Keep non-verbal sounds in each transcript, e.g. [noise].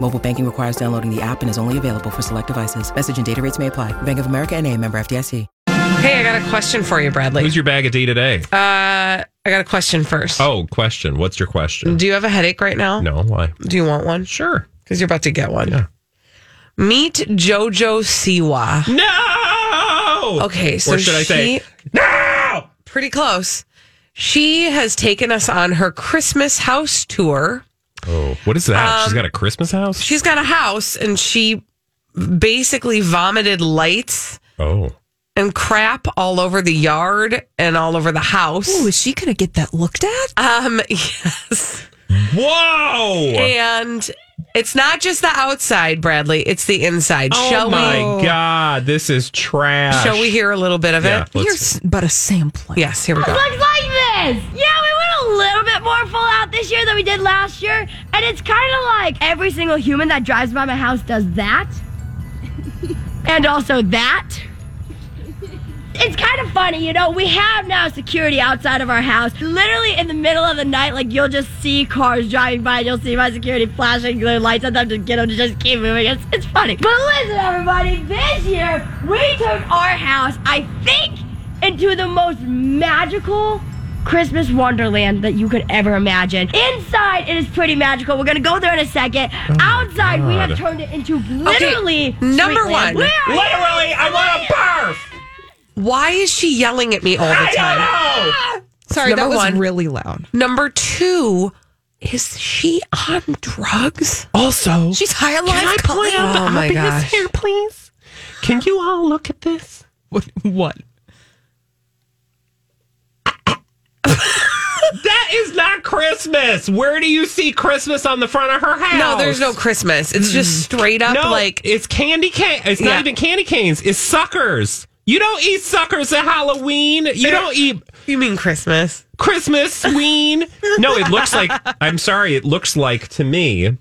Mobile banking requires downloading the app and is only available for select devices. Message and data rates may apply. Bank of America and a member FDIC. Hey, I got a question for you, Bradley. Who's your bag of D today? uh, I got a question first. oh, question. What's your question? Do you have a headache right now? no, why? Do you want one? Sure. Because you're about to get one. Yeah. Meet Jojo Siwa. No. Okay, so or should I say she- no? Pretty close. She has taken us on her Christmas house tour. Oh, what is that? Um, She's got a Christmas house. She's got a house and she basically vomited lights oh, and crap all over the yard and all over the house. Ooh, is she going to get that looked at? Um, [laughs] yes. whoa! And it's not just the outside, Bradley. It's the inside. oh shall my god, this is we? trash. Shall we hear a little bit of Yeah, it? let's, Here's but a sampling. Yes, here we go. looks like this. Yeah, we went a little bit more full out this year than we did last year, and it's kind of like every single human that drives by my house does that, [laughs] and also that. It's kind of funny, you know. We have now security outside of our house. Literally in the middle of the night, like you'll just see cars driving by, and you'll see my security flashing their lights at them to get them to just keep moving. It's, it's funny. But listen, everybody, this year we turned our house, I think, into the most magical Christmas wonderland that you could ever imagine. Inside, it is pretty magical. We're gonna go there in a second. outside, we God. have turned it into literally number Sweetland. one. We are literally, I want a barf. Why is she yelling at me all the time? I Sorry, Number that was one, one. really loud. Number two, is she on drugs? don't know. Also, She's high on can I life. point out the Oh my obvious gosh. here, please? Can you all look at this? What? what? That is not Christmas. Where do you see Christmas on the front of her house? No, there's no Christmas. It's just straight up Mm-hmm. No, like it's candy cane. It's Yeah. not even candy canes. It's suckers. You don't eat suckers at Halloween. You don't eat you mean Christmas. [laughs] Christmas ween. No, it looks like. I'm sorry. It looks like to me.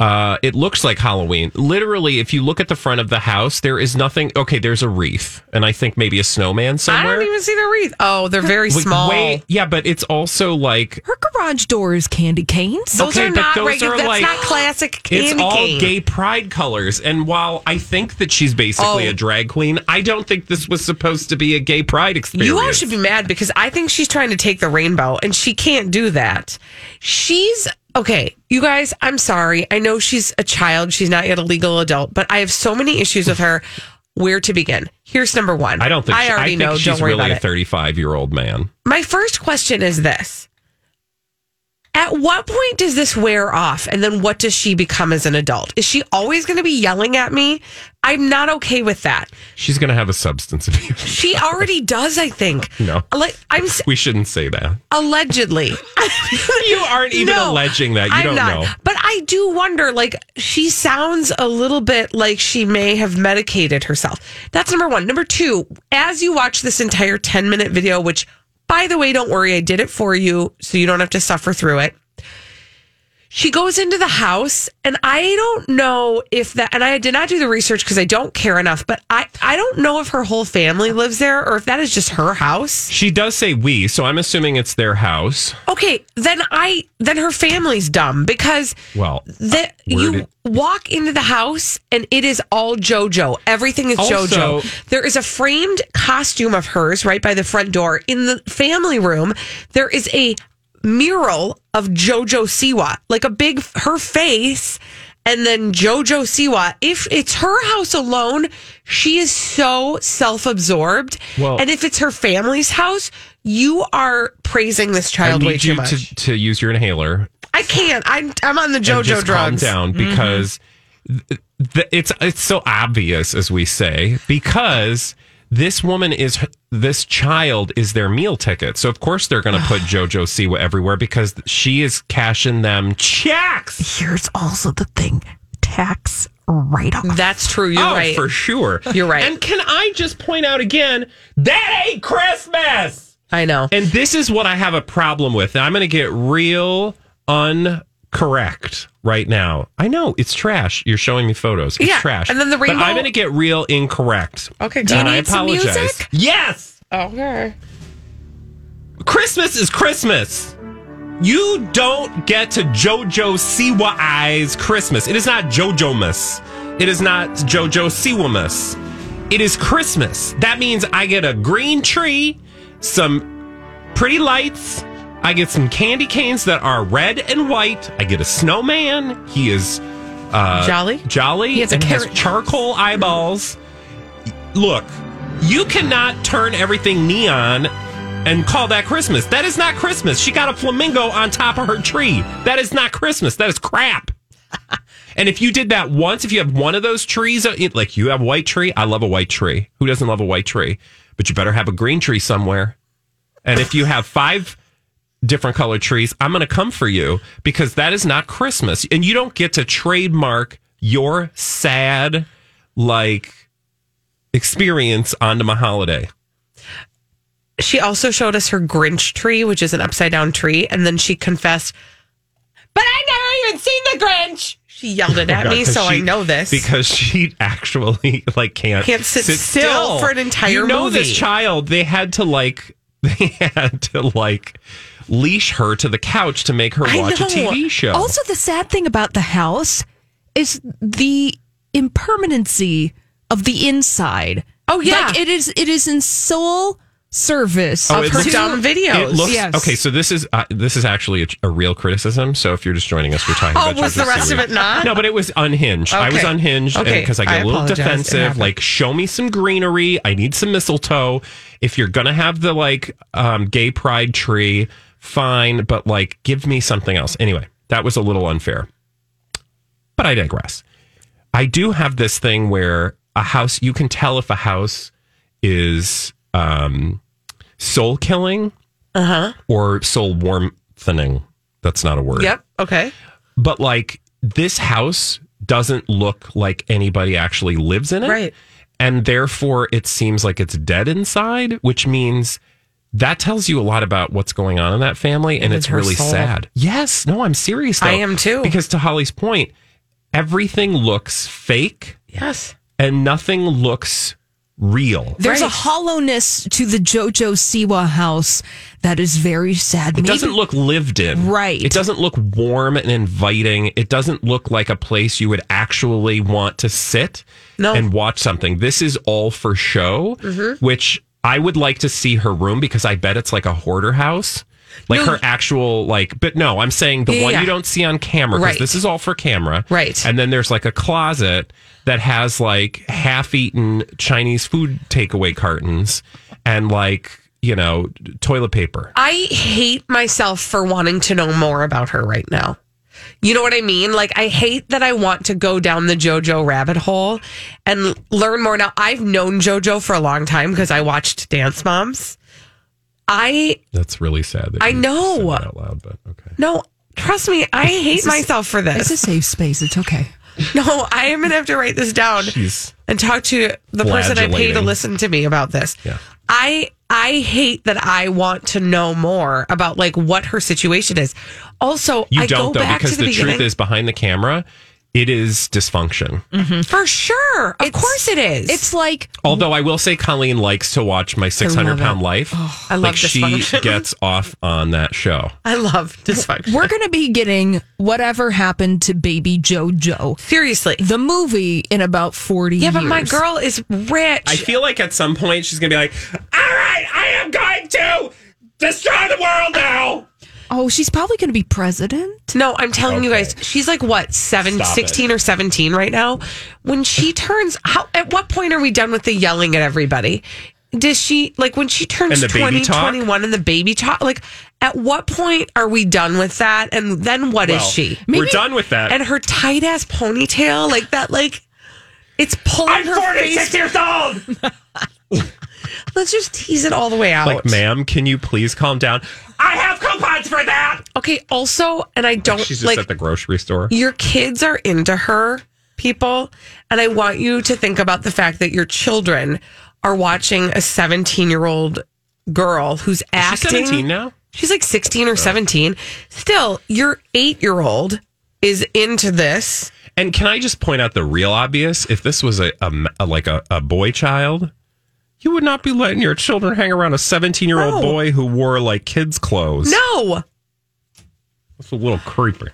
Uh, it looks like Halloween. Literally, if you look at the front of the house, there is nothing. Okay, there's a wreath, and I think maybe a snowman I somewhere. don't even see the wreath. Oh, they're very Wait, small. wait, yeah, but it's also like Her garage door is candy canes. Those Okay, are but not those regular. are That's like- not classic candy it's all cane. gay pride colors. And while I think that she's basically Oh. a drag queen, I don't think this was supposed to be a gay pride experience. You all should be mad because I think she's trying to take the rainbow and she can't do that. She's okay, you guys, I'm sorry. I know she's a child, she's not yet a legal adult, but I have so many issues with her. Where to begin? Here's number one. I don't think. I she- already think know. She's don't worry really about a it. 35 year old man. My first question is this. At what point does this wear off? And then what does she become as an adult? Is she always going to be yelling at me? I'm not okay with that. She's gonna have a substance abuse. [laughs] She already does, I think. No. Like, I'm, s- We shouldn't say that. allegedly. [laughs] You aren't even alleging that. You I'm don't not. know. But I do wonder, like, she sounds a little bit like she may have medicated herself. That's number one. Number two, as you watch this entire 10 minute video, which, by the way, don't worry, I did it for you, so you don't have to suffer through it. She goes into the house, and I don't know if that, and I did not do the research because I don't care enough, but I, I don't know if her whole family lives there or if that is just her house. She does say we, so I'm assuming it's their house. Okay, then I then her family's dumb because Well, the, where you did- walk into the house and it is all JoJo. Everything is Also- JoJo. There is a framed costume of hers right by the front door. In the family room, there is a mural of JoJo Siwa, like a big her face. And then JoJo Siwa, if it's her house alone, she is so self absorbed. Well- and if it's her family's house, You are praising this I child way need too you much. to, to use your inhaler. I can't. I'm I'm on the and JoJo just drugs. Mm-hmm. Calm down because th- th- it's it's so obvious as we say because this woman is h- this child is their meal ticket. So of course they're going to [sighs] put JoJo Siwa everywhere because she is cashing them checks. Here's also the thing tax write off. That's true. You're oh, right. for sure. You're right. And can I just point out again that ain't Christmas. I know. And this is what I have a problem with. I'm going to get real uncorrect right now. I know it's trash. You're showing me photos. It's Yeah, trash. and then the But rainbow- I'm going to get real incorrect. Okay, Do you and I need some apologize. music? Yes. Okay. Christmas is Christmas. You don't get to JoJo Siwa eyes Christmas. It is not JoJo Miss. It is not JoJo Siwa Miss. It is Christmas. That means I get a green tree, some pretty lights. I get some candy canes that are red and white. I get a snowman. He is uh, Jolly? Jolly. He has a and has carrot. charcoal eyeballs. Look, you cannot turn everything neon and call that Christmas. That is not Christmas. She got a flamingo on top of her tree. That is not Christmas. That is [laughs] crap. and if you did that once, if you have one of those trees, uh, it- like you have a white tree, I love a white tree. Who doesn't love a white tree? But you better have a green tree somewhere. And if you have five different colored trees, I'm going to come for you because that is not Christmas. And you don't get to trademark your sad, like, experience onto my holiday. She also showed us her Grinch tree, which is an upside down tree, and then she confessed, "But I never even seen the Grinch." She yelled [laughs] it at God, me, 'cause so I she- know this. because she actually like can't Can't sit still for an entire You know movie. this child. They had to like [laughs] they had to like leash her to the couch to make her I watch a know. TV show. Also, the sad thing about the house is the impermanency of the inside. Oh, yeah. like it is. It is in sole service Oh, of it her looks- dumb videos. It looks Yes. okay. So this is uh, this is actually a, a real criticism. So if you're just joining us, we're talking. Oh, about was Judge the rest of Seaweed. it not? [laughs] No, but it was unhinged. I was Okay. unhinged Okay. because I get I a little apologize. It defensive. happened. Like, show me some greenery. I need some mistletoe. If you're gonna have the like um, gay pride tree, fine. But like, give me something else. Anyway, that was a little unfair. But I digress. I do have this thing where a house you can tell if a house is um, soul killing or soul warmthening. That's not a word. Uh-huh. Yep. Okay. But like this house doesn't look like anybody actually lives in it. Right. And therefore it seems like it's dead inside, which means that tells you a lot about what's going on in that family and it's her really soul. sad. Yes. No, I'm serious though. I am too. Because to Holly's point, everything looks fake Yes. and nothing looks real. There's a Right. hollowness to the JoJo Siwa house that is very sad. It doesn't look lived in. Right. It doesn't look warm and inviting. It doesn't look like a place you would actually want to sit No. Mm-hmm. and watch something. This is all for show, which I would like to see her room because I bet it's like a hoarder house. Like her actual like but no, I'm saying the Yeah, one yeah. you don't see on camera because Right. this is all for camera. Right. And then there's like a closet that has like half-eaten Chinese food takeaway cartons and like, you know, toilet paper. I hate myself for wanting to know more about her right now. You know what I mean? Like, I hate that I want to go down the JoJo rabbit hole and learn more. Now, I've known JoJo for a long time because I watched Dance Moms. I, That's really sad. That I you know. said that out loud, but okay. no, trust me, I hate myself for It's a this. safe space. It's okay. [laughs] No, I am going to have to write this down She's and talk to the person I pay to Flagellating. listen to me about this. Yeah. I I hate that I want to know more about like what her situation is. Also, you I don't go though back to because the, the, beginning. Mm-hmm. truth is behind the camera, it is dysfunction. For sure. Of course it is. It's like Although I will say Colleen likes to watch my six hundred pound life. Oh, I love like she dysfunction. [laughs] gets off on that show. I love dysfunction. we're going to be getting whatever happened to baby JoJo, Seriously. the movie in about 40 Yeah, years. but my girl is rich. I feel like at some point she's gonna be like, "All right, I am going to destroy the world now." Oh, she's probably going to be president. no, I'm telling you guys, she's like what, seven, Stop it. 16 [laughs] or 17 right now. When she turns, how, at what point are we done with the yelling at everybody? does she like when she turns And the baby 20, talk? 21 and the baby talk? Like, at what point are we done with that? And then what is Well, she? we're done with that. And her tight ass ponytail, like that, like it's pulling her face. years old. [laughs] Let's just tease it all the way out. Like, ma'am, can you please calm down? I have coupons for that. Okay. Also, and I don't She's just like at the grocery store. your kids are into her people and i want you to think about the fact that your children are watching a 17 year old girl who's She's acting 17 now. she's like 16 or 17 still your 8 year old is into this And can I just point out the real obvious? If this was a, a m- a- like a, a boy child, you would not be letting your children hang around a 17 year old No. boy who wore like kids' clothes. no It's a little creeper.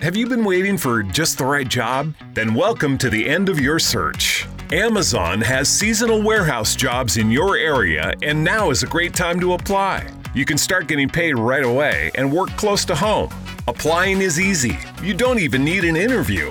Have you been waiting for just the right job? Then welcome to the end of your search. Amazon has seasonal warehouse jobs in your area, and now is a great time to apply. You can start getting paid right away and work close to home. Applying is easy, you don't even need an interview.